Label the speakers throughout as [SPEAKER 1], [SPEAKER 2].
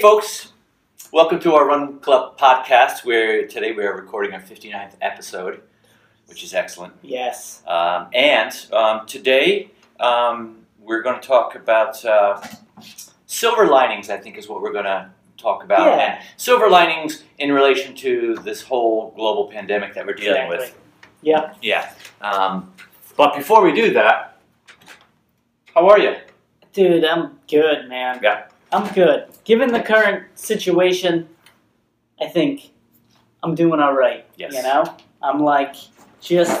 [SPEAKER 1] folks. Welcome to our Run Club podcast, where today we are recording our 59th episode, which is excellent.
[SPEAKER 2] Yes.
[SPEAKER 1] Um, and um, today um, we're going to talk about uh, silver linings, I think is what we're going to talk about.
[SPEAKER 2] Yeah.
[SPEAKER 1] And silver linings in relation to this whole global pandemic that we're dealing with.
[SPEAKER 2] Exactly. Yep.
[SPEAKER 1] Yeah. Um, but before we do that, how are you?
[SPEAKER 2] Dude, I'm good, man.
[SPEAKER 1] Yeah.
[SPEAKER 2] I'm good. Given the current situation, I think I'm doing all right.
[SPEAKER 1] Yes.
[SPEAKER 2] You know? I'm like just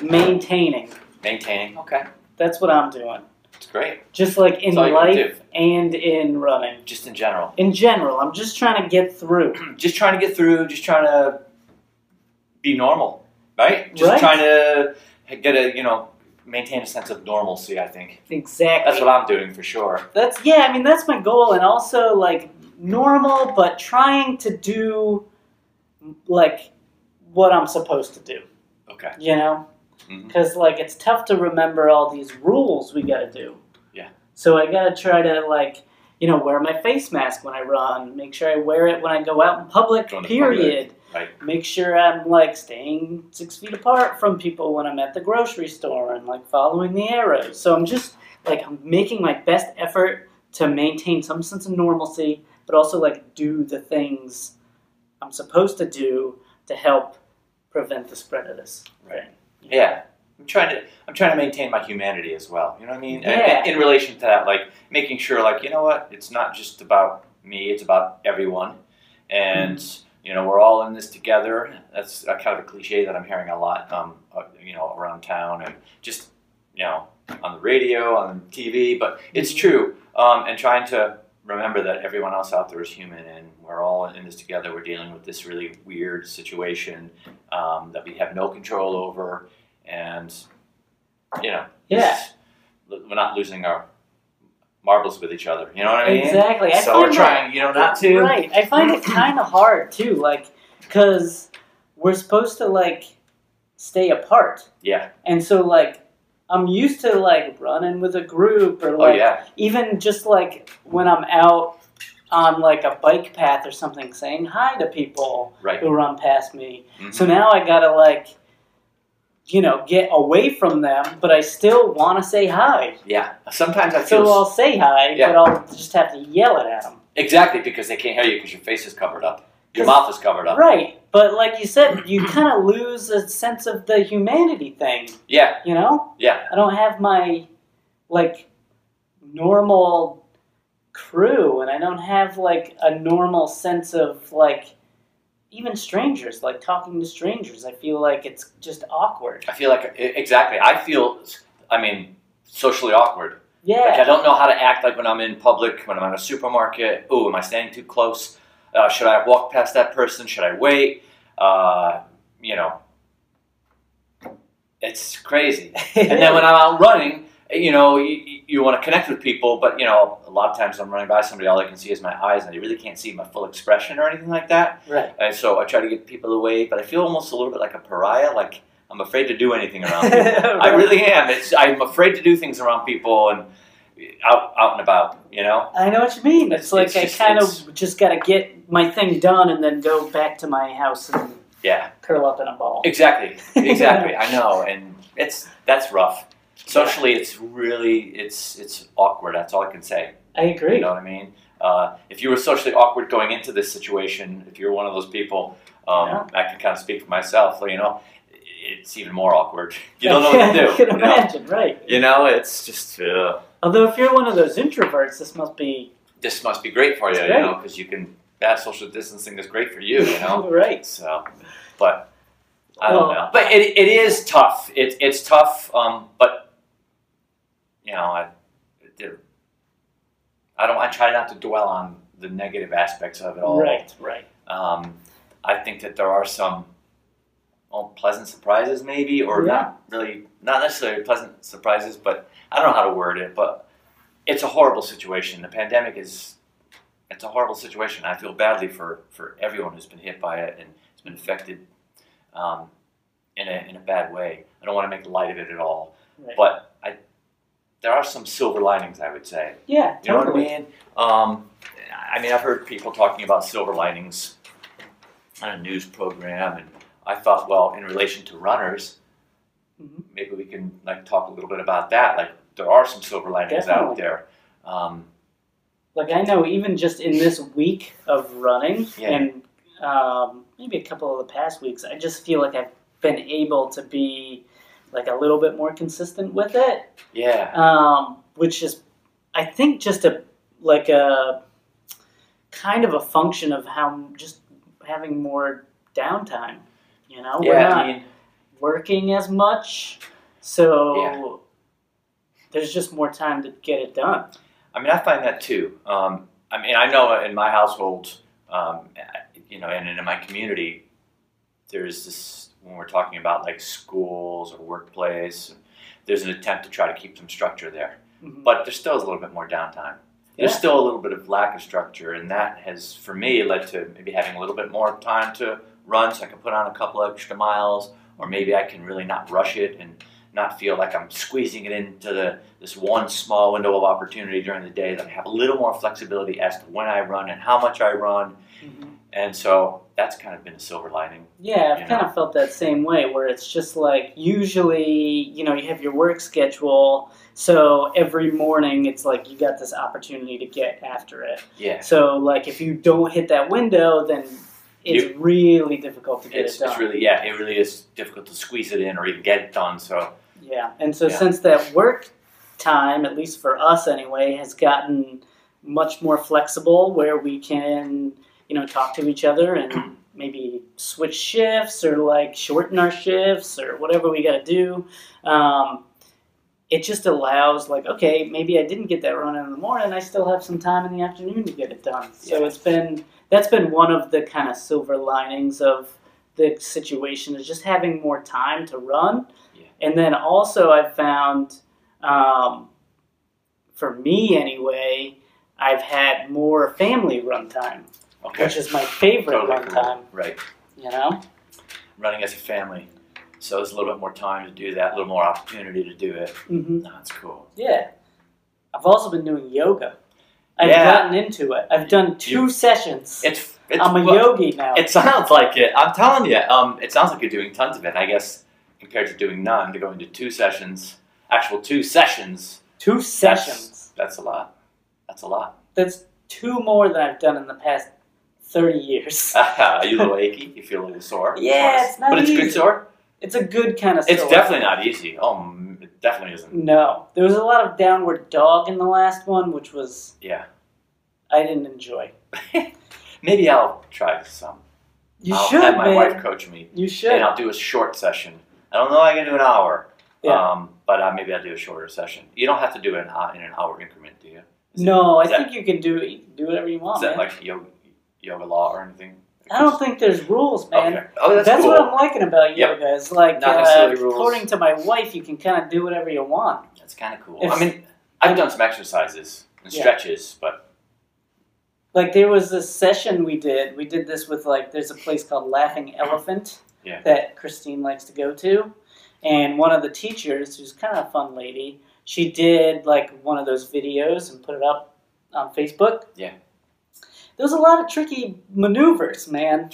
[SPEAKER 2] maintaining.
[SPEAKER 1] Maintaining.
[SPEAKER 2] Okay. That's what I'm doing.
[SPEAKER 1] It's great.
[SPEAKER 2] Just like in
[SPEAKER 1] That's all you can
[SPEAKER 2] life and in running.
[SPEAKER 1] Just in general.
[SPEAKER 2] In general, I'm just trying to get through.
[SPEAKER 1] just trying to get through, just trying to be normal, right? Just
[SPEAKER 2] Right.
[SPEAKER 1] trying to get a, you know, maintain a sense of normalcy, I think.
[SPEAKER 2] Exactly.
[SPEAKER 1] That's what I'm doing for sure.
[SPEAKER 2] That's yeah, I mean that's my goal and also like normal but trying to do like what I'm supposed to do,
[SPEAKER 1] Okay.
[SPEAKER 2] you know?
[SPEAKER 1] Mhm.
[SPEAKER 2] Cuz like it's tough to remember all these rules we got to do.
[SPEAKER 1] Yeah.
[SPEAKER 2] So I got to try to like you know, wear my face mask when I run, make sure I wear it when I go out in public,
[SPEAKER 1] Go into public,
[SPEAKER 2] period.
[SPEAKER 1] right.
[SPEAKER 2] Make sure I'm like staying six feet apart from people when I'm at the grocery store and like following the arrows. So I'm just like I'm making my best effort to maintain some sense of normalcy, but also like do the things I'm supposed to do to help prevent the spread of this.
[SPEAKER 1] Right. Yeah. I'm trying to I'm trying to maintain my humanity as well. You know what I mean? And-
[SPEAKER 2] Yeah.
[SPEAKER 1] and In, relation to that, like making sure like, you know what, it's not just about me, it's about everyone. And You know, we're all in this together. That's a kind of a cliche that I'm hearing a lot, um, uh, you know, around town and just, you know, on the radio, on TV. But it's
[SPEAKER 2] Mhm.
[SPEAKER 1] true. Um, and trying to remember that everyone else out there is human and we're all in this together. We're dealing with this really weird situation um, that we have no control over, and you know,
[SPEAKER 2] Yeah.
[SPEAKER 1] it's- we're not losing our marbles with each other. You know what I mean?
[SPEAKER 2] Exactly. I
[SPEAKER 1] So we're
[SPEAKER 2] find that-
[SPEAKER 1] trying, you know, not to.
[SPEAKER 2] Right. I find it kind of hard too, like, because we're supposed to like stay apart,
[SPEAKER 1] Yeah.
[SPEAKER 2] and so like I'm used to like running with a group or
[SPEAKER 1] Oh
[SPEAKER 2] like
[SPEAKER 1] yeah.
[SPEAKER 2] even just like when I'm out on like a bike path or something, saying hi to people
[SPEAKER 1] Right.
[SPEAKER 2] who run past me.
[SPEAKER 1] Mhm.
[SPEAKER 2] So now I gotta like. You know, get away from them, but I still want to say hi.
[SPEAKER 1] Yeah. Sometimes I feel
[SPEAKER 2] So uh,
[SPEAKER 1] s-
[SPEAKER 2] I'll say hi,
[SPEAKER 1] Yeah.
[SPEAKER 2] but I'll just have to yell it at them.
[SPEAKER 1] exactly because they can't hear you because your face is covered up, your
[SPEAKER 2] 'Cause-
[SPEAKER 1] mouth is covered up.
[SPEAKER 2] Right, but like you said, you kind of lose a sense of the humanity thing,
[SPEAKER 1] Yeah.
[SPEAKER 2] you know?
[SPEAKER 1] Yeah.
[SPEAKER 2] I don't have my, like, normal crew, and I don't have, like, a normal sense of, like, even strangers, like, talking to strangers. I feel like it's just awkward.
[SPEAKER 1] I feel like e- exactly. I feel. I mean, socially awkward. Like I
[SPEAKER 2] Yeah.
[SPEAKER 1] don't know how to act like when I'm in public, when I'm at a supermarket. Ooh, am I standing too close? Uh, should I walk past that person? Should I wait? Uh, you know, it's crazy. And then when I'm out running, you know, you, you want to connect with people, but you know, a lot of times I'm running by somebody, all I can see is my eyes, and I really can't see my full expression or anything like that.
[SPEAKER 2] Right.
[SPEAKER 1] And so I try to get people away, but I feel almost a little bit like a pariah. Like I'm afraid to do anything around people. I really am. It's, I'm afraid to do things around people and out, out and about. You know.
[SPEAKER 2] I know what you mean.
[SPEAKER 1] It's-
[SPEAKER 2] It's like
[SPEAKER 1] it's
[SPEAKER 2] I
[SPEAKER 1] just-
[SPEAKER 2] kind
[SPEAKER 1] it's-
[SPEAKER 2] of just got to get my thing done and then go back to my house and
[SPEAKER 1] Yeah.
[SPEAKER 2] curl up in a ball.
[SPEAKER 1] Exactly. Exactly. I know, and it's that's rough. Socially, it's really it's it's awkward. That's all I can say.
[SPEAKER 2] I agree.
[SPEAKER 1] You know what I mean? Uh, if you were socially awkward going into this situation, if you're one of those people, um,
[SPEAKER 2] Yeah.
[SPEAKER 1] I can kind of speak for myself. You know, it's even more awkward. You don't know what to do.
[SPEAKER 2] you can
[SPEAKER 1] you know?
[SPEAKER 2] imagine, right?
[SPEAKER 1] You know, it's just uh,
[SPEAKER 2] Although if you're one of those introverts, this must be
[SPEAKER 1] this must be great for you,
[SPEAKER 2] It's
[SPEAKER 1] you
[SPEAKER 2] great.
[SPEAKER 1] know, because you can that social distancing is great for you, you know.
[SPEAKER 2] right.
[SPEAKER 1] so, but I don't
[SPEAKER 2] Well-
[SPEAKER 1] know. But it, it is tough. It, it's tough. Um, but you know, I it- I don't. I try not to dwell on the negative aspects of it all.
[SPEAKER 2] Right, right.
[SPEAKER 1] Um, I think that there are some unpleasant surprises, maybe, or not really, not necessarily pleasant surprises, but I don't know how to word it. But it's a horrible situation. The pandemic is, it's a horrible situation. I feel badly for for everyone who's been hit by it and has been affected um, in a in a bad way. I don't want to make light of it at all,
[SPEAKER 2] Right.
[SPEAKER 1] but I there are some silver linings, I would say.
[SPEAKER 2] Yeah,
[SPEAKER 1] You know what I
[SPEAKER 2] totally.
[SPEAKER 1] mean? Um, I mean, I've heard people talking about silver linings on a news program, and I thought, well, in relation to runners,
[SPEAKER 2] Mhm.
[SPEAKER 1] maybe we can like talk a little bit about that. Like, there are some silver linings out
[SPEAKER 2] Definitely.
[SPEAKER 1] there. Um,
[SPEAKER 2] Like I know, even just in this week of running,
[SPEAKER 1] Yeah.
[SPEAKER 2] and um, maybe a couple of the past weeks, I just feel like I've been able to be like a little bit more consistent with it,
[SPEAKER 1] yeah,
[SPEAKER 2] um, which is, I think, just a like a kind of a function of how just having more downtime. You know, we're
[SPEAKER 1] yeah.
[SPEAKER 2] not
[SPEAKER 1] I mean,
[SPEAKER 2] working as much, so
[SPEAKER 1] Yeah.
[SPEAKER 2] there's just more time to get it done.
[SPEAKER 1] I mean, I find that too. Um, I mean, I know in my household, um, you know, and in my community, there's this when we're talking about like schools or workplace, there's an attempt to try to keep some structure there.
[SPEAKER 2] Mhm.
[SPEAKER 1] but there still is a little bit more downtime. There's
[SPEAKER 2] Yeah.
[SPEAKER 1] still a little bit of lack of structure, and that has, for me, led to maybe having a little bit more time to run so I can put on a couple extra miles, or maybe I can really not rush it and not feel like I'm squeezing it into the, this one small window of opportunity during the day that I have a little more flexibility as to when I run and how much I run.
[SPEAKER 2] Mhm.
[SPEAKER 1] And so that's kind of been a silver lining.
[SPEAKER 2] Yeah, I've
[SPEAKER 1] You
[SPEAKER 2] kind
[SPEAKER 1] know?
[SPEAKER 2] of felt that same way where it's just like usually, you know, you have your work schedule, so every morning it's like you got this opportunity to get after it.
[SPEAKER 1] Yeah.
[SPEAKER 2] So like if you don't hit that window, then it's really difficult to get
[SPEAKER 1] It's,
[SPEAKER 2] it done.
[SPEAKER 1] it's really, yeah, it really is difficult to squeeze it in or even get it done. So,
[SPEAKER 2] Yeah, and so
[SPEAKER 1] Yeah.
[SPEAKER 2] since that work time, at least for us anyway, has gotten much more flexible, where we can you know talk to each other and maybe switch shifts or like shorten our shifts or whatever we got to do. Um, it just allows like okay, maybe I didn't get that run in the morning, I still have some time in the afternoon to get it done. So
[SPEAKER 1] Yeah.
[SPEAKER 2] it's been that's been one of the kind of silver linings of the situation is just having more time to run. And then also, I found, um, for me anyway, I've had more family run time,
[SPEAKER 1] okay.
[SPEAKER 2] which is my favorite
[SPEAKER 1] Totally
[SPEAKER 2] run
[SPEAKER 1] cool.
[SPEAKER 2] time.
[SPEAKER 1] Right.
[SPEAKER 2] You know,
[SPEAKER 1] running as a family. So it's a little bit more time to do that, a little more opportunity to do it.
[SPEAKER 2] hmm
[SPEAKER 1] No, That's cool.
[SPEAKER 2] yeah. I've also been doing yoga. I've
[SPEAKER 1] Yeah.
[SPEAKER 2] gotten into it. I've done two
[SPEAKER 1] You-
[SPEAKER 2] sessions.
[SPEAKER 1] It's, it's
[SPEAKER 2] I'm a
[SPEAKER 1] well,
[SPEAKER 2] yogi now.
[SPEAKER 1] It sounds like it. I'm telling you, um, it sounds like you're doing tons of it. I guess compared to doing none, to go into two sessions, actual two sessions,
[SPEAKER 2] two sessions.
[SPEAKER 1] that's a lot. That's a lot.
[SPEAKER 2] That's two more than I've done in the past thirty years.
[SPEAKER 1] Are you a little achy? You feel a little sore?
[SPEAKER 2] Yeah, it's not
[SPEAKER 1] But it's
[SPEAKER 2] easy.
[SPEAKER 1] good sore?
[SPEAKER 2] It's a good kind of.
[SPEAKER 1] It's
[SPEAKER 2] sore.
[SPEAKER 1] definitely not easy. Oh, mm, it definitely isn't.
[SPEAKER 2] No, there was a lot of downward dog in the last one, which was
[SPEAKER 1] Yeah.
[SPEAKER 2] I didn't enjoy.
[SPEAKER 1] Maybe I'll try some.
[SPEAKER 2] You
[SPEAKER 1] I'll
[SPEAKER 2] should,
[SPEAKER 1] have my
[SPEAKER 2] man.
[SPEAKER 1] wife coach me.
[SPEAKER 2] You
[SPEAKER 1] and
[SPEAKER 2] should.
[SPEAKER 1] I'll do a short session. I don't know I can do an hour,
[SPEAKER 2] Yeah.
[SPEAKER 1] um, but uh, maybe I'll do a shorter session. You don't have to do it in, hou- in an hour increment, do you? Is
[SPEAKER 2] No, I
[SPEAKER 1] is that-
[SPEAKER 2] think you can do you can do whatever you
[SPEAKER 1] Is
[SPEAKER 2] want,
[SPEAKER 1] that
[SPEAKER 2] man.
[SPEAKER 1] like yoga, yoga law or anything?
[SPEAKER 2] I don't think there's rules, man.
[SPEAKER 1] Okay. Oh, that's, cool.
[SPEAKER 2] what I'm liking about
[SPEAKER 1] Yep.
[SPEAKER 2] yoga. It's like,
[SPEAKER 1] Not
[SPEAKER 2] uh,
[SPEAKER 1] necessarily rules.
[SPEAKER 2] according to my wife, you can kind of do whatever you want.
[SPEAKER 1] That's kind of cool. I
[SPEAKER 2] It's-
[SPEAKER 1] mean, I've done some exercises and
[SPEAKER 2] Yeah.
[SPEAKER 1] stretches, but
[SPEAKER 2] Like there was this session we did. We did this with like there's a place called Laughing Elephant
[SPEAKER 1] Yeah.
[SPEAKER 2] that Christine likes to go to, and one of the teachers, who's kind of a fun lady, she did like one of those videos and put it up on Facebook.
[SPEAKER 1] Yeah.
[SPEAKER 2] There was a lot of tricky maneuvers, man.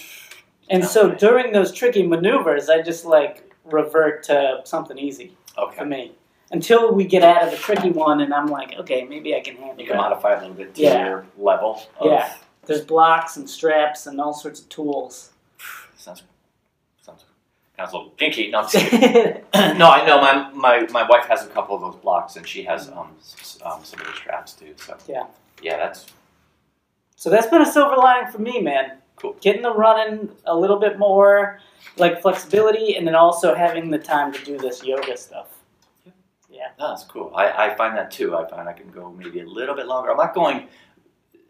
[SPEAKER 2] And so
[SPEAKER 1] Definitely.
[SPEAKER 2] during those tricky maneuvers, I just like revert to something easy for
[SPEAKER 1] okay,
[SPEAKER 2] me until we get out of the tricky one, and I'm like, okay, maybe I can handle
[SPEAKER 1] you can
[SPEAKER 2] it.
[SPEAKER 1] modify it a little bit to
[SPEAKER 2] Yeah.
[SPEAKER 1] your level. Of,
[SPEAKER 2] Yeah. There's blocks and straps and all sorts of tools.
[SPEAKER 1] sounds sounds sounds a little kinky. No, I'm just kidding.
[SPEAKER 2] yeah,
[SPEAKER 1] no, I know my, my my wife has a couple of those blocks, and she has um, s- um some of the straps too. So
[SPEAKER 2] Yeah.
[SPEAKER 1] yeah, that's
[SPEAKER 2] so that's been a silver lining for me, man.
[SPEAKER 1] Cool.
[SPEAKER 2] Getting the running a little bit more, like flexibility, and then also having the time to do this yoga stuff.
[SPEAKER 1] no, Oh, that's cool. I, I find that too. I find I can go maybe a little bit longer. I'm not going.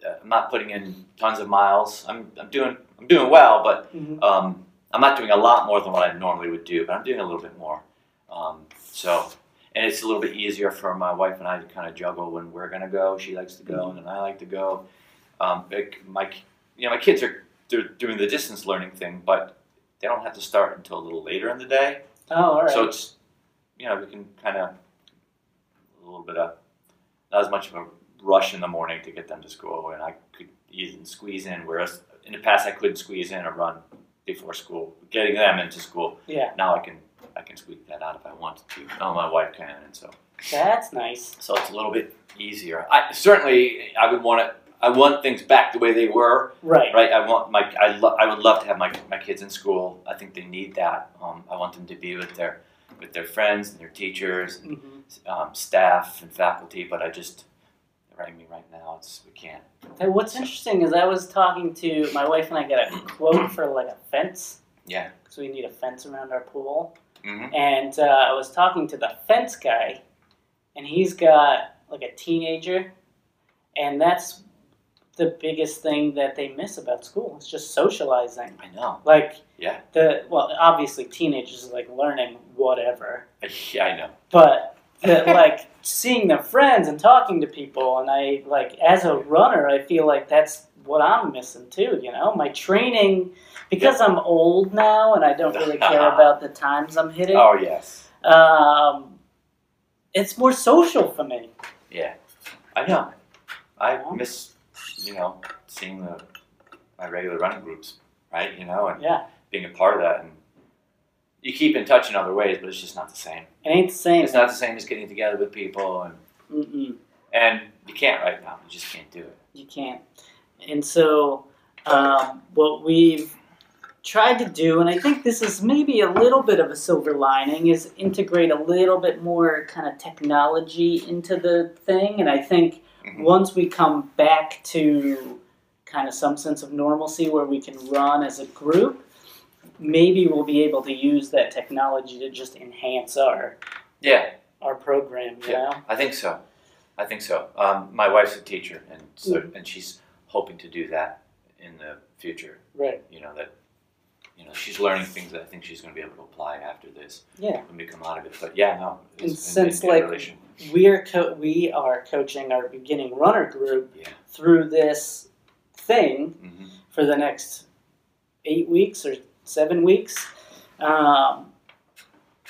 [SPEAKER 1] Uh, I'm not putting in tons of miles. I'm I'm doing I'm doing well, but
[SPEAKER 2] Mhm.
[SPEAKER 1] um I'm not doing a lot more than what I normally would do. But I'm doing a little bit more. Um, so. And it's a little bit easier for my wife and I to kind of juggle when we're gonna go. She likes to go, and then I like to go. um, like my you know my kids are they're doing the distance learning thing, but they don't have to start until a little later in the day.
[SPEAKER 2] Oh, all right.
[SPEAKER 1] So it's you know we can kind of a little bit of not as much of a rush in the morning to get them to school, and I could you can squeeze in. Whereas in the past I couldn't squeeze in a run before school. Getting them into school
[SPEAKER 2] Yeah,
[SPEAKER 1] now I can I can squeak that out if I wanted to. Oh, my wife can, and so
[SPEAKER 2] that's nice.
[SPEAKER 1] so it's a little bit easier. I certainly I would want it. I want things back the way they were.
[SPEAKER 2] Right.
[SPEAKER 1] Right. I want my. I, lo- I would love to have my, my kids in school. I think they need that. Um, I want them to be with their with their friends and their teachers,
[SPEAKER 2] hmm
[SPEAKER 1] um, staff and faculty. But I just, I mean, right now it's we can't.
[SPEAKER 2] And what's interesting is I was talking to my wife and I got a quote for like a fence.
[SPEAKER 1] Yeah.
[SPEAKER 2] Because we need a fence around our pool.
[SPEAKER 1] Mhm.
[SPEAKER 2] And uh, I was talking to the fence guy, and he's got like a teenager, and that's the biggest thing that they miss about school. It's just socializing.
[SPEAKER 1] I know.
[SPEAKER 2] Like
[SPEAKER 1] Yeah.
[SPEAKER 2] the well, obviously teenagers are like learning whatever,
[SPEAKER 1] Yeah, I know.
[SPEAKER 2] but the, like seeing their friends and talking to people and i like as a runner i feel like that's what i'm missing too you know my training because i'm old now and i don't really care about the times i'm hitting
[SPEAKER 1] Oh yes.
[SPEAKER 2] um, it's more social for me
[SPEAKER 1] I know. I miss you know seeing the my regular running groups, right? You know, and
[SPEAKER 2] Yeah.
[SPEAKER 1] being a part of that, and you keep in touch in other ways, but it's just not the same.
[SPEAKER 2] it ain't the same
[SPEAKER 1] It's not the same as getting together with people and.
[SPEAKER 2] Mm-mm,
[SPEAKER 1] And you can't right now. You just can't do it.
[SPEAKER 2] you can't and so um, what we've tried to do and i think this is maybe a little bit of a silver lining is integrate a little bit more kind of technology into the thing and i think
[SPEAKER 1] Mm-hmm.
[SPEAKER 2] once we come back to kind of some sense of normalcy where we can run as a group, maybe we'll be able to use that technology to just enhance our
[SPEAKER 1] Yeah,
[SPEAKER 2] our program. You
[SPEAKER 1] Yeah.
[SPEAKER 2] know,
[SPEAKER 1] I think so. I think so. Um, my wife's a teacher, and so
[SPEAKER 2] Mm.
[SPEAKER 1] and she's hoping to do that in the future.
[SPEAKER 2] right?
[SPEAKER 1] You know that. You know, she's learning things that I think she's going to be able to apply after this
[SPEAKER 2] Yeah,
[SPEAKER 1] when we come out of it. But yeah, no. It's,
[SPEAKER 2] And since, like-
[SPEAKER 1] relation-
[SPEAKER 2] we're co- we are coaching our beginning runner group
[SPEAKER 1] Yeah.
[SPEAKER 2] through this thing
[SPEAKER 1] Mhm.
[SPEAKER 2] for the next eight weeks or seven weeks. Um,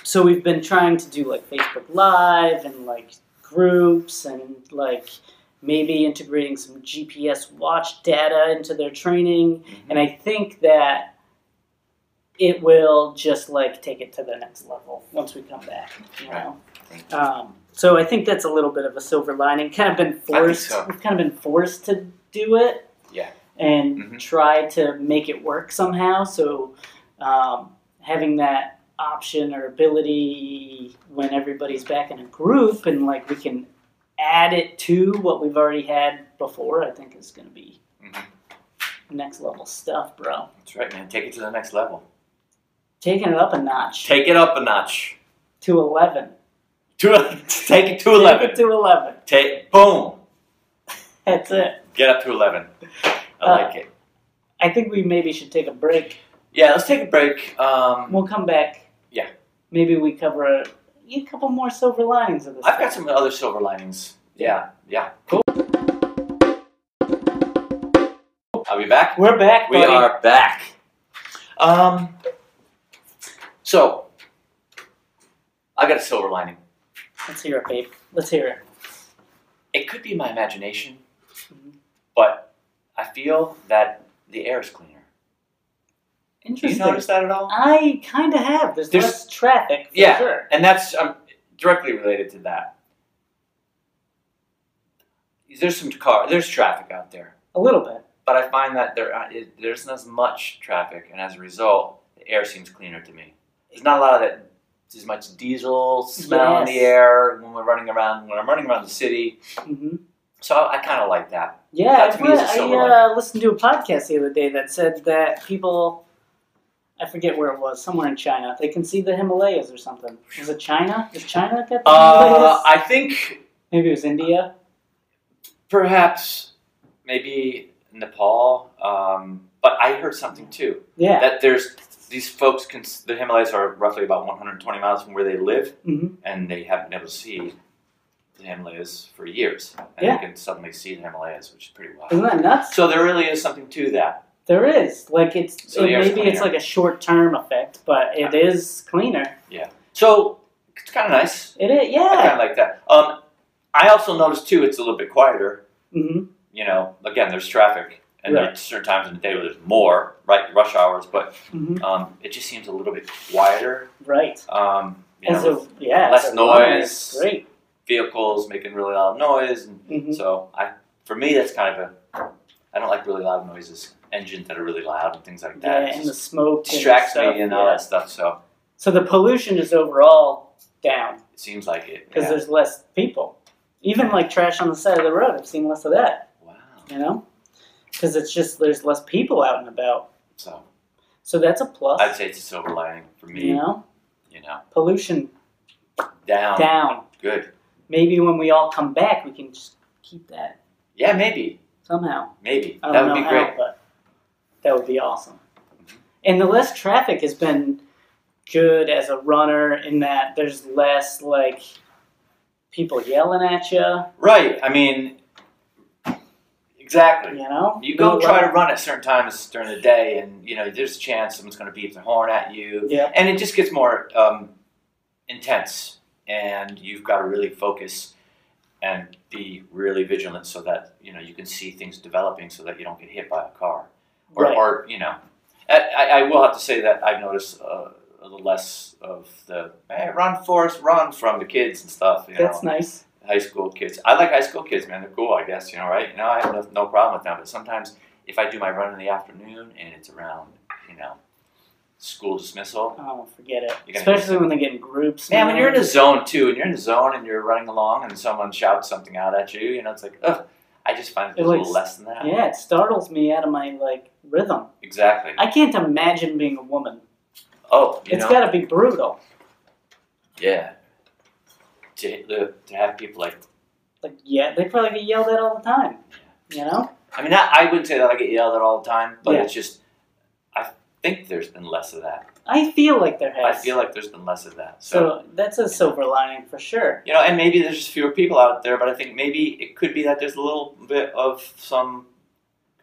[SPEAKER 2] so we've been trying to do like Facebook Live and like groups and like maybe integrating some GPS watch data into their training.
[SPEAKER 1] Mhm.
[SPEAKER 2] And I think that it will just like take it to the next level once we come back. You know.
[SPEAKER 1] Right.
[SPEAKER 2] Um, so I think that's a little bit of a silver lining. Kind of been forced.
[SPEAKER 1] so.
[SPEAKER 2] We've kind of been forced to do it.
[SPEAKER 1] Yeah.
[SPEAKER 2] And
[SPEAKER 1] Mhm.
[SPEAKER 2] try to make it work somehow. So um, having that option or ability when everybody's back in a group and like we can add it to what we've already had before, I think is going to be
[SPEAKER 1] Mhm.
[SPEAKER 2] next level stuff, bro.
[SPEAKER 1] That's right, man. Take it to the next level.
[SPEAKER 2] Taking it up a notch
[SPEAKER 1] Take it up a notch.
[SPEAKER 2] to eleven.
[SPEAKER 1] To, take it to
[SPEAKER 2] Take it
[SPEAKER 1] eleven.
[SPEAKER 2] to eleven.
[SPEAKER 1] Take boom.
[SPEAKER 2] That's it.
[SPEAKER 1] Get up to eleven. I
[SPEAKER 2] Uh,
[SPEAKER 1] like it.
[SPEAKER 2] I think we maybe should take a break.
[SPEAKER 1] Yeah, let's take a break. Um,
[SPEAKER 2] We'll come back.
[SPEAKER 1] Yeah.
[SPEAKER 2] Maybe we cover a, a couple more silver linings of this.
[SPEAKER 1] I've got
[SPEAKER 2] thing.
[SPEAKER 1] some other silver linings. Yeah, yeah.
[SPEAKER 2] Cool.
[SPEAKER 1] Are we back?
[SPEAKER 2] We're back,
[SPEAKER 1] We
[SPEAKER 2] buddy.
[SPEAKER 1] are back. Um, so, I got a silver lining.
[SPEAKER 2] Let's hear it, babe. Let's hear it.
[SPEAKER 1] It could be my imagination,
[SPEAKER 2] Mhm.
[SPEAKER 1] but I feel that the air is cleaner. Do you
[SPEAKER 2] Interesting.
[SPEAKER 1] notice that at all?
[SPEAKER 2] I kind of have. There's,
[SPEAKER 1] There's-
[SPEAKER 2] less traffic. For
[SPEAKER 1] Yeah.
[SPEAKER 2] Sure.
[SPEAKER 1] And that's um, directly related to that. There's some car, there's traffic out there.
[SPEAKER 2] A little bit.
[SPEAKER 1] but I find that there uh, it, there isn't as much traffic, and as a result, the air seems cleaner to me. There's not a lot of that. As much diesel smell in the
[SPEAKER 2] Yes.
[SPEAKER 1] air when we're running around. When I'm running around the city,
[SPEAKER 2] hmm
[SPEAKER 1] so I, I kind of like that.
[SPEAKER 2] Yeah,
[SPEAKER 1] That to
[SPEAKER 2] I,
[SPEAKER 1] me is a
[SPEAKER 2] read-
[SPEAKER 1] silver
[SPEAKER 2] I uh, listened to a podcast the other day that said that people, I forget where it was, somewhere in China, they can see the Himalayas or something. Is it China? Does China get the
[SPEAKER 1] Uh,
[SPEAKER 2] Himalayas?
[SPEAKER 1] I think
[SPEAKER 2] Maybe it was India.
[SPEAKER 1] perhaps maybe Nepal, um, but I heard something too
[SPEAKER 2] Yeah.
[SPEAKER 1] that there's these folks. Can, s- the Himalayas are roughly about 120 miles from where they live,
[SPEAKER 2] Mhm.
[SPEAKER 1] and they haven't been able to see the Himalayas for years, and
[SPEAKER 2] Yeah.
[SPEAKER 1] they can suddenly see the Himalayas, which is pretty wild.
[SPEAKER 2] Isn't that nuts?
[SPEAKER 1] So there really is something to that.
[SPEAKER 2] There is. Like it's
[SPEAKER 1] So
[SPEAKER 2] it-
[SPEAKER 1] the air's
[SPEAKER 2] maybe it's
[SPEAKER 1] cleaner.
[SPEAKER 2] like a short term effect, but it is cleaner.
[SPEAKER 1] So it's kind of nice.
[SPEAKER 2] It is.
[SPEAKER 1] I kind of
[SPEAKER 2] Yeah.
[SPEAKER 1] like that. Um, I also noticed too, it's a little bit quieter.
[SPEAKER 2] hmm
[SPEAKER 1] You know, again, there's traffic, and there are certain times in the day where there's more, right? Rush hours, but
[SPEAKER 2] Mm-hmm.
[SPEAKER 1] um, it just seems a little bit quieter.
[SPEAKER 2] Right.
[SPEAKER 1] Um, you
[SPEAKER 2] And
[SPEAKER 1] know,
[SPEAKER 2] so, yeah,
[SPEAKER 1] less
[SPEAKER 2] so long
[SPEAKER 1] noise.
[SPEAKER 2] is Great.
[SPEAKER 1] vehicles making really loud noise, and
[SPEAKER 2] hmm
[SPEAKER 1] so I, for me, that's kind of a. I don't like really loud noises, engines that are really loud and things like that.
[SPEAKER 2] Yeah,
[SPEAKER 1] It
[SPEAKER 2] and the
[SPEAKER 1] just
[SPEAKER 2] smoke and
[SPEAKER 1] distracts
[SPEAKER 2] stuff,
[SPEAKER 1] me and all
[SPEAKER 2] yeah.
[SPEAKER 1] that stuff. So
[SPEAKER 2] So the pollution is overall down
[SPEAKER 1] it seems like it.
[SPEAKER 2] because
[SPEAKER 1] yeah.
[SPEAKER 2] there's less people. Even like trash on the side of the road, I've seen less of that.
[SPEAKER 1] Wow.
[SPEAKER 2] You know, because it's just there's less people out and about.
[SPEAKER 1] So
[SPEAKER 2] So that's a plus.
[SPEAKER 1] I'd say it's a silver lining for me.
[SPEAKER 2] you know,
[SPEAKER 1] You know,
[SPEAKER 2] pollution
[SPEAKER 1] down.
[SPEAKER 2] down.
[SPEAKER 1] Good.
[SPEAKER 2] Maybe when we all come back, we can just keep that
[SPEAKER 1] Yeah, maybe,
[SPEAKER 2] somehow.
[SPEAKER 1] maybe that
[SPEAKER 2] I don't
[SPEAKER 1] would
[SPEAKER 2] know
[SPEAKER 1] be
[SPEAKER 2] how,
[SPEAKER 1] great.
[SPEAKER 2] but that would be awesome. And the less traffic has been good as a runner in that there's less like people yelling at you.
[SPEAKER 1] Right. I mean, exactly.
[SPEAKER 2] You know,
[SPEAKER 1] You go
[SPEAKER 2] Little
[SPEAKER 1] try to
[SPEAKER 2] less-
[SPEAKER 1] run at certain times during the day, and you know there's a chance someone's going to beep their horn at you,
[SPEAKER 2] Yeah,
[SPEAKER 1] and it just gets more um, intense. And you've got to really focus and be really vigilant so that you know you can see things developing, so that you don't get hit by a car, or,
[SPEAKER 2] right.
[SPEAKER 1] or you know. I, I I will have to say that I've noticed uh, a little less of the hey, run, Forrest, run from the kids and stuff. You know
[SPEAKER 2] That's nice.
[SPEAKER 1] high school kids. I like high school kids, man. They're cool, I guess. You know, right? You know, I have no, no problem with them. But sometimes if I do my run in the afternoon and it's around, you know, school dismissal.
[SPEAKER 2] Oh, forget it.
[SPEAKER 1] You gotta do
[SPEAKER 2] Especially when they get in groups.
[SPEAKER 1] Man, when you're in
[SPEAKER 2] Mm-hmm.
[SPEAKER 1] a zone too, and you're in a zone and you're running along and someone shouts something out at you, you know, it's like, ugh. I just find it
[SPEAKER 2] It
[SPEAKER 1] a little
[SPEAKER 2] looks-
[SPEAKER 1] less than that.
[SPEAKER 2] yeah, it startles me out of my like rhythm.
[SPEAKER 1] Exactly.
[SPEAKER 2] I can't imagine being a woman.
[SPEAKER 1] Oh, you
[SPEAKER 2] It's
[SPEAKER 1] know,
[SPEAKER 2] got to be brutal.
[SPEAKER 1] yeah. To, the, to have people like,
[SPEAKER 2] Like, yeah, they probably get yelled at all the time. You know,
[SPEAKER 1] I mean, I, I wouldn't say that I get yelled at all the time, but
[SPEAKER 2] Yeah.
[SPEAKER 1] it's just, I think there's been less of that.
[SPEAKER 2] I feel like there
[SPEAKER 1] I
[SPEAKER 2] has.
[SPEAKER 1] feel like there's been less of that.
[SPEAKER 2] So that's a silver lining for sure.
[SPEAKER 1] you know, and maybe there's just fewer people out there, but I think maybe it could be that there's a little bit of some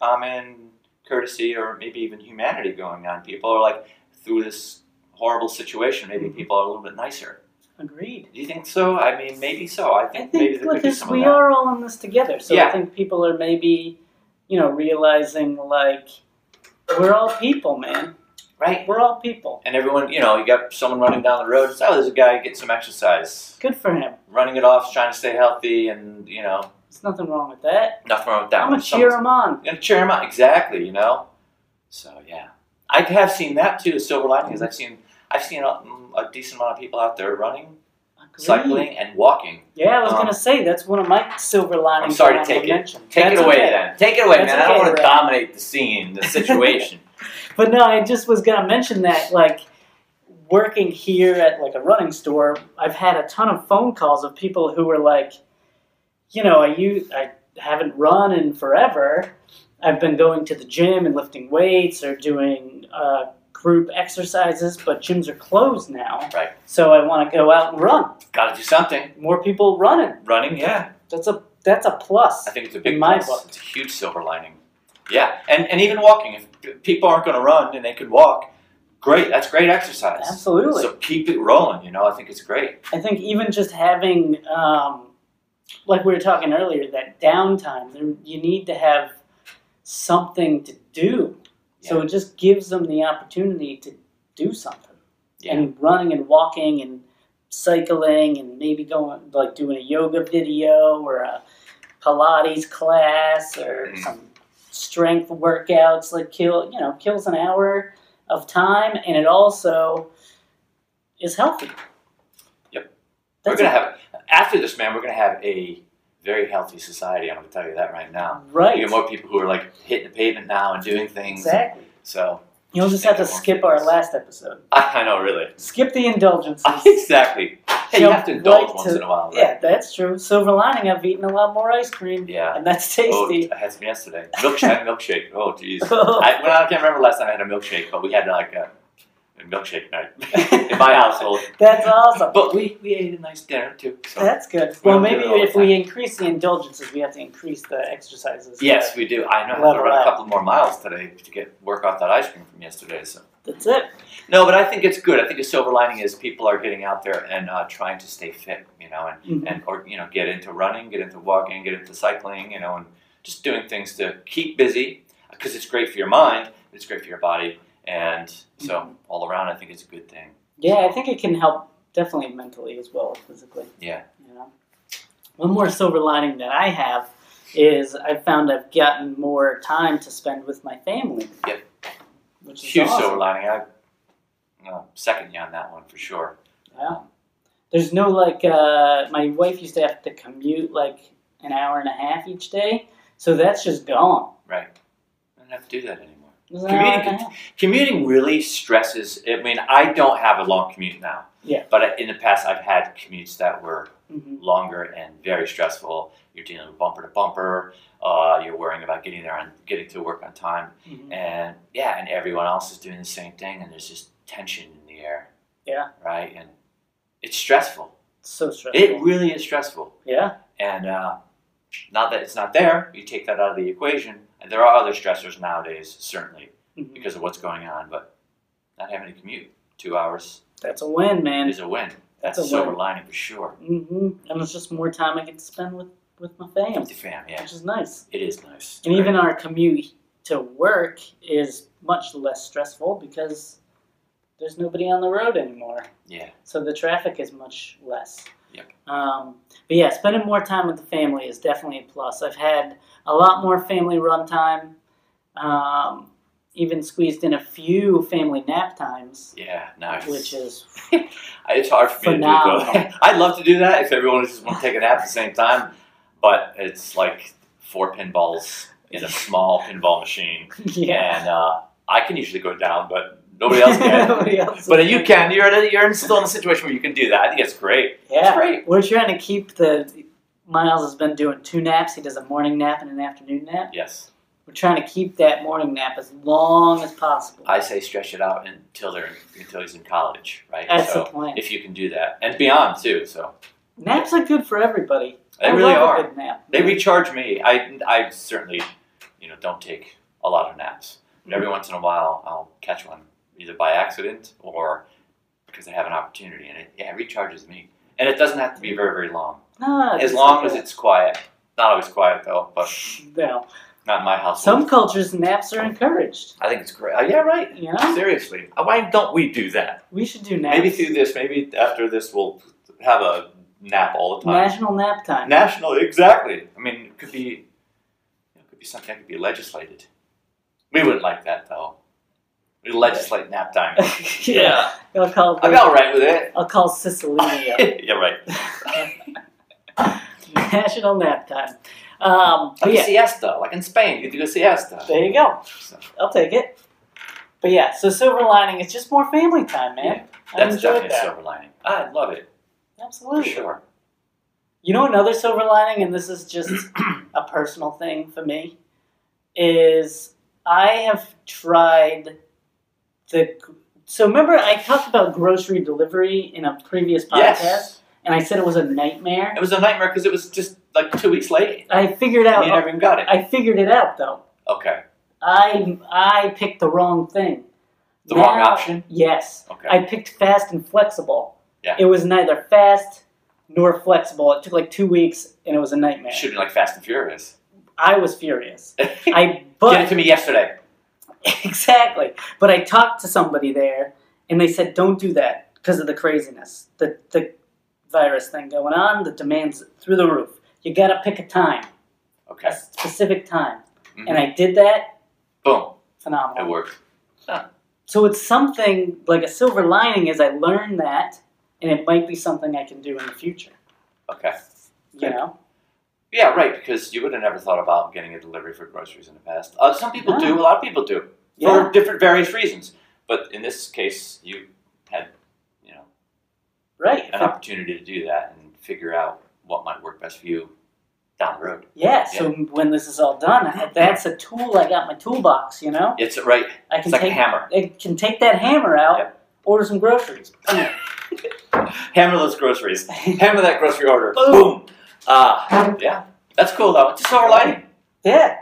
[SPEAKER 1] common courtesy or maybe even humanity going on. People are like, through this horrible situation, maybe
[SPEAKER 2] Mhm.
[SPEAKER 1] people are a little bit nicer.
[SPEAKER 2] Agreed.
[SPEAKER 1] Do you think so? I mean, maybe so. I
[SPEAKER 2] I
[SPEAKER 1] think, maybe there
[SPEAKER 2] think
[SPEAKER 1] could
[SPEAKER 2] look,
[SPEAKER 1] be
[SPEAKER 2] it's-
[SPEAKER 1] some of
[SPEAKER 2] we
[SPEAKER 1] that.
[SPEAKER 2] are all in this together. So I
[SPEAKER 1] Yeah.
[SPEAKER 2] think people are maybe, you know, realizing like we're all people, man.
[SPEAKER 1] Right?
[SPEAKER 2] We're all people.
[SPEAKER 1] And everyone, you know, you got someone running down the road. it's, Oh, there's a guy, get some exercise.
[SPEAKER 2] Good for him.
[SPEAKER 1] Running it off, trying to stay healthy, and, you know,
[SPEAKER 2] There's nothing wrong with that.
[SPEAKER 1] nothing wrong with that.
[SPEAKER 2] I'm
[SPEAKER 1] one.
[SPEAKER 2] gonna cheer him on.
[SPEAKER 1] and cheer him on. Exactly, you know. So yeah, I have seen that too. Silver linings. I've seen I've seen a, a decent amount of people out there running,
[SPEAKER 2] Agreed.
[SPEAKER 1] cycling, and walking.
[SPEAKER 2] Yeah, I was
[SPEAKER 1] Um,
[SPEAKER 2] gonna say that's one of my silver linings.
[SPEAKER 1] I'm sorry
[SPEAKER 2] that
[SPEAKER 1] to
[SPEAKER 2] I
[SPEAKER 1] take it.
[SPEAKER 2] mentioned.
[SPEAKER 1] Take
[SPEAKER 2] That's
[SPEAKER 1] it away
[SPEAKER 2] okay.
[SPEAKER 1] then. Take it away,
[SPEAKER 2] That's
[SPEAKER 1] man. I don't
[SPEAKER 2] okay,
[SPEAKER 1] want to
[SPEAKER 2] Ray.
[SPEAKER 1] dominate the scene, the situation.
[SPEAKER 2] But no, I just was gonna mention that like working here at like a running store, I've had a ton of phone calls of people who were like, you know, I use I haven't run in forever. I've been going to the gym and lifting weights or doing uh, group exercises, but gyms are closed now.
[SPEAKER 1] Right.
[SPEAKER 2] So I want to go out and run.
[SPEAKER 1] Got to do something.
[SPEAKER 2] More people running.
[SPEAKER 1] Running, yeah.
[SPEAKER 2] That's a that's a plus.
[SPEAKER 1] I think it's a big
[SPEAKER 2] In my
[SPEAKER 1] plus.
[SPEAKER 2] book.
[SPEAKER 1] It's a huge silver lining. Yeah, and and even walking. If people aren't going to run and they can walk, great. That's great exercise.
[SPEAKER 2] Absolutely.
[SPEAKER 1] So keep it rolling. You know, I think it's great.
[SPEAKER 2] I think even just having, um, like we were talking earlier, that downtime, there- you need to have something to do. So it just gives them the opportunity to do something.
[SPEAKER 1] Yeah.
[SPEAKER 2] And running and walking and cycling and maybe going, like doing a yoga video or a Pilates class or
[SPEAKER 1] Mm.
[SPEAKER 2] some strength workouts, like kill, you know, kills an hour of time and it also is healthy.
[SPEAKER 1] Yep. we're
[SPEAKER 2] That's
[SPEAKER 1] gonna have after this, man. We're gonna have a very healthy society. I'm gonna tell you that right now.
[SPEAKER 2] Right.
[SPEAKER 1] You get more people who are like hitting the pavement now and doing things.
[SPEAKER 2] Exactly.
[SPEAKER 1] So
[SPEAKER 2] You'll just have to skip our last episode.
[SPEAKER 1] I, I know, really,
[SPEAKER 2] Skip the indulgences.
[SPEAKER 1] exactly. Hey, you
[SPEAKER 2] Jump
[SPEAKER 1] have to indulge
[SPEAKER 2] right
[SPEAKER 1] once
[SPEAKER 2] to-
[SPEAKER 1] in a while, right?
[SPEAKER 2] yeah, that's true. Silver lining, I've eaten a lot more ice cream.
[SPEAKER 1] Yeah.
[SPEAKER 2] And that's
[SPEAKER 1] Oh,
[SPEAKER 2] tasty.
[SPEAKER 1] I had some yesterday. Milkshake, I had a milkshake. Oh, jeez. I, well, I can't remember last time I had a milkshake, but we had like a, a milkshake night in my household.
[SPEAKER 2] that's awesome.
[SPEAKER 1] But we, we ate a nice dinner too. So.
[SPEAKER 2] That's good.
[SPEAKER 1] We
[SPEAKER 2] Well,
[SPEAKER 1] don't do
[SPEAKER 2] maybe
[SPEAKER 1] it all the
[SPEAKER 2] if we increase the indulgences, we have to increase the exercises.
[SPEAKER 1] Yes, we do. I know. I have to
[SPEAKER 2] Level
[SPEAKER 1] run a
[SPEAKER 2] up.
[SPEAKER 1] couple more miles today to get work off that ice cream from yesterday. So
[SPEAKER 2] That's it.
[SPEAKER 1] No, but I think it's good. I think a silver lining is people are getting out there and uh, trying to stay fit, you know, and,
[SPEAKER 2] Mhm.
[SPEAKER 1] and or you know, get into running, get into walking, get into cycling, you know, and just doing things to keep busy. because it's great for your mind, it's great for your body, and so
[SPEAKER 2] Mm-hmm.
[SPEAKER 1] all around, I think it's a good thing.
[SPEAKER 2] Yeah, I think it can help definitely mentally as well as physically.
[SPEAKER 1] Yeah.
[SPEAKER 2] You know? One more silver lining that I have is I found I've gotten more time to spend with my family.
[SPEAKER 1] Yep.
[SPEAKER 2] Which is
[SPEAKER 1] Huge
[SPEAKER 2] awesome.
[SPEAKER 1] silver lining. I uh, second you on that one for sure.
[SPEAKER 2] Yeah. There's no like uh, my wife used to have to commute like an hour and a half each day, so that's just gone.
[SPEAKER 1] Right. I don't have to do that anymore.
[SPEAKER 2] It was an hour and a
[SPEAKER 1] Commuting-
[SPEAKER 2] half.
[SPEAKER 1] Commuting really stresses. I mean, I don't have a long commute now.
[SPEAKER 2] Yeah.
[SPEAKER 1] But in the past, I've had commutes that were
[SPEAKER 2] Mhm.
[SPEAKER 1] longer and very stressful. You're dealing with bumper to bumper. Uh, you're worrying about getting there on getting to work on time,
[SPEAKER 2] Mhm.
[SPEAKER 1] and yeah, and everyone else is doing the same thing, and there's just tension in the air.
[SPEAKER 2] Yeah.
[SPEAKER 1] Right, and it's stressful.
[SPEAKER 2] So stressful.
[SPEAKER 1] It really is stressful.
[SPEAKER 2] yeah.
[SPEAKER 1] And uh, now that it's not there, you take that out of the equation. And there are other stressors nowadays, certainly,
[SPEAKER 2] Mhm.
[SPEAKER 1] because of what's going on, but not having to commute two hours
[SPEAKER 2] That's a win, man.
[SPEAKER 1] is a win. That's,
[SPEAKER 2] That's a
[SPEAKER 1] a silver
[SPEAKER 2] win.
[SPEAKER 1] lining for sure.
[SPEAKER 2] hmm And it's just more time I get to spend with with my
[SPEAKER 1] With
[SPEAKER 2] family,
[SPEAKER 1] the fam, yeah.
[SPEAKER 2] which is nice.
[SPEAKER 1] It is nice.
[SPEAKER 2] And
[SPEAKER 1] Right.
[SPEAKER 2] even our commute to work is much less stressful because there's nobody on the road anymore.
[SPEAKER 1] Yeah.
[SPEAKER 2] So the traffic is much less.
[SPEAKER 1] Yep.
[SPEAKER 2] Um, but yeah, spending more time with the family is definitely a plus. I've had a lot more family run time, um, even squeezed in a few family nap times,
[SPEAKER 1] Yeah, nice.
[SPEAKER 2] which is
[SPEAKER 1] it's hard for me to do
[SPEAKER 2] phenomenal.
[SPEAKER 1] it, though. I'd love to do that if everyone just want to take a nap at the same time, but it's like four pinballs in a small pinball machine.
[SPEAKER 2] yeah.
[SPEAKER 1] And uh, I can usually go down, but nobody else can.
[SPEAKER 2] Nobody else
[SPEAKER 1] But
[SPEAKER 2] is
[SPEAKER 1] you
[SPEAKER 2] doing
[SPEAKER 1] can. You're in a, you're in still in a situation where you can do that. I think it's great.
[SPEAKER 2] that. Yeah.
[SPEAKER 1] It's great.
[SPEAKER 2] We're trying to keep the. Miles has been doing two naps. He does a morning nap and an afternoon nap.
[SPEAKER 1] Yes,
[SPEAKER 2] We're trying to keep that morning nap as long as possible.
[SPEAKER 1] I say stretch it out until they're until he's in college, right?
[SPEAKER 2] That's the
[SPEAKER 1] so
[SPEAKER 2] plan.
[SPEAKER 1] if you can do that and beyond too, so
[SPEAKER 2] Naps are good for everybody.
[SPEAKER 1] they
[SPEAKER 2] I
[SPEAKER 1] really
[SPEAKER 2] love a
[SPEAKER 1] are.
[SPEAKER 2] good nap.
[SPEAKER 1] They recharge me. I I certainly, you know, don't take a lot of naps, but
[SPEAKER 2] Mm-hmm.
[SPEAKER 1] every once in a while I'll catch one either by accident or because I have an opportunity, and it yeah it recharges me. And it doesn't have to be very very long.
[SPEAKER 2] No,
[SPEAKER 1] As
[SPEAKER 2] it's
[SPEAKER 1] long
[SPEAKER 2] Oh, like
[SPEAKER 1] as
[SPEAKER 2] a-
[SPEAKER 1] it's quiet. Not always quiet though, but
[SPEAKER 2] no.
[SPEAKER 1] not in my household.
[SPEAKER 2] Some cultures naps are encouraged.
[SPEAKER 1] I think it's great. Uh, yeah, right.
[SPEAKER 2] You know,
[SPEAKER 1] Seriously, why don't we do that?
[SPEAKER 2] we should do naps.
[SPEAKER 1] Maybe through this, maybe after this, we'll have a nap all the time.
[SPEAKER 2] national nap time.
[SPEAKER 1] National, exactly. I mean, it could be, it could be something that could be legislated. We wouldn't like that though. We legislate nap time.
[SPEAKER 2] I'll call.
[SPEAKER 1] I'd be all right with it.
[SPEAKER 2] I'll call Sicilia.
[SPEAKER 1] yeah, right.
[SPEAKER 2] national nap time. Um, but
[SPEAKER 1] Like a
[SPEAKER 2] yeah,
[SPEAKER 1] siesta, like in Spain, you do a siesta.
[SPEAKER 2] there you go.
[SPEAKER 1] So,
[SPEAKER 2] I'll take it. But yeah, so silver lining is just more family time, man. I
[SPEAKER 1] that's
[SPEAKER 2] enjoyed
[SPEAKER 1] definitely a
[SPEAKER 2] that.
[SPEAKER 1] silver lining. I love it for
[SPEAKER 2] Absolutely.
[SPEAKER 1] sure.
[SPEAKER 2] You know another silver lining, and this is just a personal thing for me, is I have tried the. So remember, I talked about grocery delivery in a previous podcast,
[SPEAKER 1] Yes,
[SPEAKER 2] and I said it was a nightmare.
[SPEAKER 1] it was a nightmare because it was just like two weeks late.
[SPEAKER 2] I figured
[SPEAKER 1] You
[SPEAKER 2] out.
[SPEAKER 1] never even got it.
[SPEAKER 2] I figured it out though.
[SPEAKER 1] Okay,
[SPEAKER 2] I I picked the wrong thing.
[SPEAKER 1] the wrong
[SPEAKER 2] Now-
[SPEAKER 1] option.
[SPEAKER 2] Yes.
[SPEAKER 1] Okay.
[SPEAKER 2] I picked fast and flexible.
[SPEAKER 1] Yeah.
[SPEAKER 2] It was neither fast nor flexible. It took like two weeks, and it was a nightmare.
[SPEAKER 1] Should be like Fast and Furious.
[SPEAKER 2] I was furious.
[SPEAKER 1] I,
[SPEAKER 2] I
[SPEAKER 1] Get it
[SPEAKER 2] but
[SPEAKER 1] to me yesterday.
[SPEAKER 2] exactly. But I talked to somebody there, and they said, "Don't do that because of the craziness, the the virus thing going on, the demands through the roof. You got to pick a time,
[SPEAKER 1] Okay.
[SPEAKER 2] a specific time."
[SPEAKER 1] Mhm.
[SPEAKER 2] And I did that.
[SPEAKER 1] Boom. It
[SPEAKER 2] Phenomenal.
[SPEAKER 1] worked.
[SPEAKER 2] So it's something like a silver lining is I learned that, and it might be something I can do in the future.
[SPEAKER 1] Okay.
[SPEAKER 2] You know,
[SPEAKER 1] Yeah, right. Because you would have never thought about getting a delivery for groceries in the past. Uh, some people do. A lot of people do
[SPEAKER 2] yeah,
[SPEAKER 1] for different, various reasons. But in this case, you had, you know,
[SPEAKER 2] right. Uh,
[SPEAKER 1] an opportunity to do that and figure out what might work best for you down the road.
[SPEAKER 2] Yeah, so when this is all done, I- that's a tool I got in my toolbox, you know?
[SPEAKER 1] It's right.
[SPEAKER 2] I
[SPEAKER 1] It's
[SPEAKER 2] can
[SPEAKER 1] like a
[SPEAKER 2] take
[SPEAKER 1] hammer.
[SPEAKER 2] I can take that hammer out,
[SPEAKER 1] Yeah.
[SPEAKER 2] order some groceries.
[SPEAKER 1] Hammer those groceries.
[SPEAKER 2] Boom.
[SPEAKER 1] Hammer that grocery order.
[SPEAKER 2] Boom.
[SPEAKER 1] Boom. Ah, yeah. That's cool though. It's a silver lining.
[SPEAKER 2] yeah.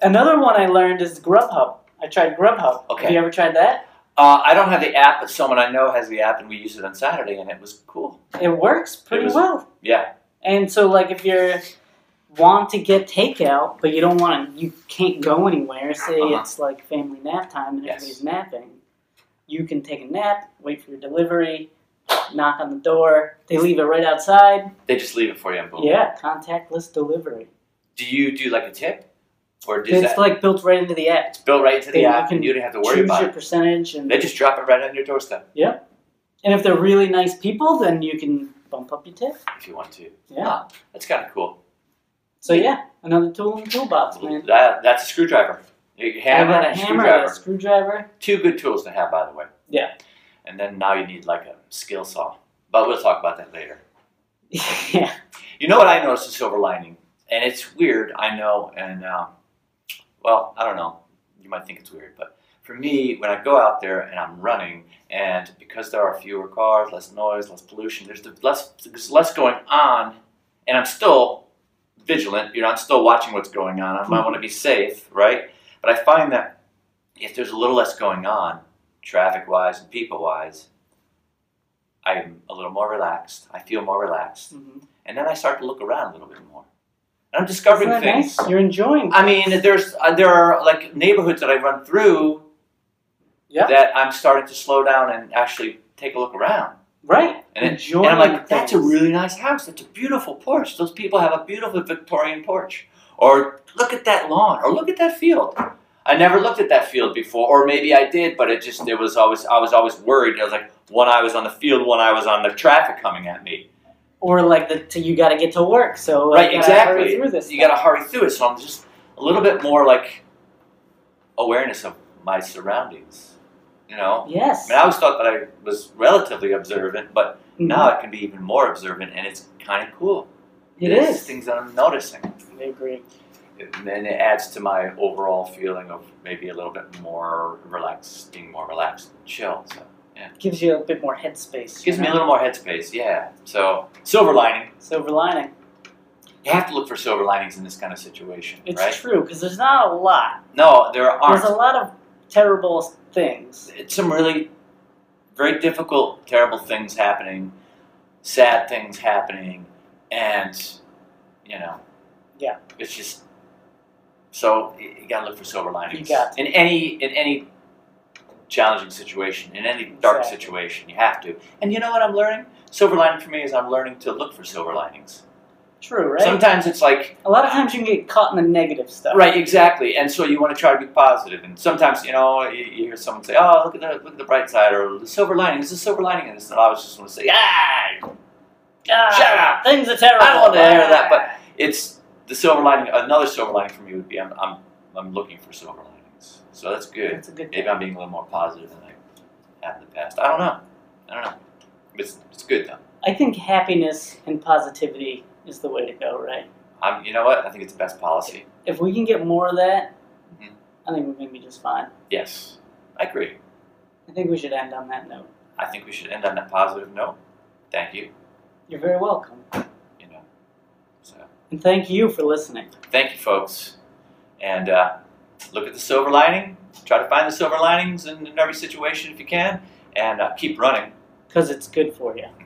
[SPEAKER 2] Another one I learned is Grubhub. I tried Grubhub.
[SPEAKER 1] Okay.
[SPEAKER 2] Have you ever tried that?
[SPEAKER 1] Uh, I don't have the app, but someone I know has the app, and we used it on Saturday, and it was cool.
[SPEAKER 2] It works pretty
[SPEAKER 1] was-
[SPEAKER 2] well.
[SPEAKER 1] Yeah.
[SPEAKER 2] And so, like, if you're want to get takeout, but you don't want to, you can't go anywhere. Say
[SPEAKER 1] Uh-huh.
[SPEAKER 2] it's like family nap time and
[SPEAKER 1] Yes.
[SPEAKER 2] everybody's napping. You can take a nap, wait for your delivery, knock on the door. They leave it right outside.
[SPEAKER 1] They just leave it for you and boom.
[SPEAKER 2] Yeah, contactless delivery.
[SPEAKER 1] Do you do like a tip? Or does
[SPEAKER 2] It's
[SPEAKER 1] that
[SPEAKER 2] like built right into the app.
[SPEAKER 1] it's built right into the
[SPEAKER 2] Yeah, you
[SPEAKER 1] app
[SPEAKER 2] can
[SPEAKER 1] and you don't have to worry
[SPEAKER 2] Choose
[SPEAKER 1] about
[SPEAKER 2] your
[SPEAKER 1] it?
[SPEAKER 2] percentage, and
[SPEAKER 1] They just drop it right on your doorstep
[SPEAKER 2] and if they're really nice people, then you can bump up your tip.
[SPEAKER 1] if you want to.
[SPEAKER 2] Yeah.
[SPEAKER 1] Huh, that's kind of cool.
[SPEAKER 2] So yeah, another tool in the toolbox, man.
[SPEAKER 1] That, that's a screwdriver. You hammer
[SPEAKER 2] I got a
[SPEAKER 1] and
[SPEAKER 2] hammer,
[SPEAKER 1] screwdriver.
[SPEAKER 2] a screwdriver.
[SPEAKER 1] Two good tools to have, by the way.
[SPEAKER 2] Yeah.
[SPEAKER 1] And then now you need like a skill saw. But we'll talk about that later.
[SPEAKER 2] yeah,
[SPEAKER 1] You know what I noticed a silver lining? And it's weird, I know. And, um, well, I don't know. You might think it's weird. But for me, when I go out there and I'm running, and because there are fewer cars, less noise, less pollution, there's, the less, there's less going on. And I'm still vigilant. You know, I'm still watching what's going on. I might want to be safe, right? But I find that if there's a little less going on, traffic wise and people wise, I'm a little more relaxed. I feel more relaxed
[SPEAKER 2] hmm
[SPEAKER 1] and then I start to look around a little bit more, and I'm discovering things.
[SPEAKER 2] You're enjoying.
[SPEAKER 1] I mean, there's uh, there are like neighborhoods that I run through
[SPEAKER 2] Yeah.
[SPEAKER 1] that I'm starting to slow down and actually take a look around,
[SPEAKER 2] right.
[SPEAKER 1] and, it,
[SPEAKER 2] enjoying.
[SPEAKER 1] and I'm like, that's a
[SPEAKER 2] things.
[SPEAKER 1] really nice house. That's a beautiful porch. Those people have a beautiful Victorian porch, or look at that lawn, or look at that field. I never looked at that field before, or maybe I did, but it just it was always I was always worried. I was like, one eye was on the field, one eye was on the traffic coming at me.
[SPEAKER 2] or like the t- you got to get to work, so I
[SPEAKER 1] Right,
[SPEAKER 2] gotta
[SPEAKER 1] exactly.
[SPEAKER 2] hurry through this.
[SPEAKER 1] you got to hurry through it. So I'm just a little bit more like awareness of my surroundings. You know, I
[SPEAKER 2] Yes.
[SPEAKER 1] mean, I always thought that I was relatively observant, but now
[SPEAKER 2] Mhm.
[SPEAKER 1] I can be even more observant, and it's kind of cool.
[SPEAKER 2] it
[SPEAKER 1] There's
[SPEAKER 2] is.
[SPEAKER 1] things that I'm noticing,
[SPEAKER 2] I agree.
[SPEAKER 1] and then it adds to my overall feeling of maybe a little bit more relaxed, being more relaxed and chill. So
[SPEAKER 2] Gives you a bit more headspace.
[SPEAKER 1] it gives
[SPEAKER 2] you
[SPEAKER 1] me a
[SPEAKER 2] know?
[SPEAKER 1] little more headspace. Yeah. So silver lining.
[SPEAKER 2] silver lining.
[SPEAKER 1] You have to look for silver linings in this kind of situation,
[SPEAKER 2] It's
[SPEAKER 1] right?
[SPEAKER 2] true because there's not a lot.
[SPEAKER 1] No, there aren't.
[SPEAKER 2] There's a lot of terrible things.
[SPEAKER 1] it's some really very difficult, terrible things happening, sad things happening, and you know,
[SPEAKER 2] Yeah.
[SPEAKER 1] it's just so y- you gotta look for silver linings.
[SPEAKER 2] You got
[SPEAKER 1] in any in any challenging situation, in any dark
[SPEAKER 2] Exactly.
[SPEAKER 1] situation, you have to. And you know what I'm learning? Silver lining for me is I'm learning to look for silver linings.
[SPEAKER 2] True, right?
[SPEAKER 1] Sometimes it's like
[SPEAKER 2] a lot of times you can get caught in the negative stuff.
[SPEAKER 1] Right, exactly. And so you want to try to be positive. And sometimes, you know, you, you hear someone say, "Oh, look at the look at the bright side," or "The silver lining." It's a silver lining, and it's not. I was just want to say, "Ah,
[SPEAKER 2] Ah,
[SPEAKER 1] Shut up.
[SPEAKER 2] Things are terrible.
[SPEAKER 1] I don't want to hear that."
[SPEAKER 2] Ah.
[SPEAKER 1] But it's the silver lining. Another silver lining for me would be I'm I'm, I'm looking for silver linings. So that's good.
[SPEAKER 2] that's a good.
[SPEAKER 1] Maybe I'm being a little more positive than I have in the past. I don't know. I don't know. It's it's good though.
[SPEAKER 2] I think happiness and positivity is the way to go, right?
[SPEAKER 1] I'm. You know what? I think it's the best policy.
[SPEAKER 2] If we can get more of that,
[SPEAKER 1] Mhm.
[SPEAKER 2] I think we're gonna be just fine.
[SPEAKER 1] Yes, I agree.
[SPEAKER 2] I think we should end on that note.
[SPEAKER 1] I think we should end on a positive note. Thank you.
[SPEAKER 2] You're very welcome.
[SPEAKER 1] You know. So.
[SPEAKER 2] And thank you for listening.
[SPEAKER 1] thank you folks and uh, look at the silver lining try to find the silver linings in, in every situation if you can and uh, keep running
[SPEAKER 2] Because it's good for you.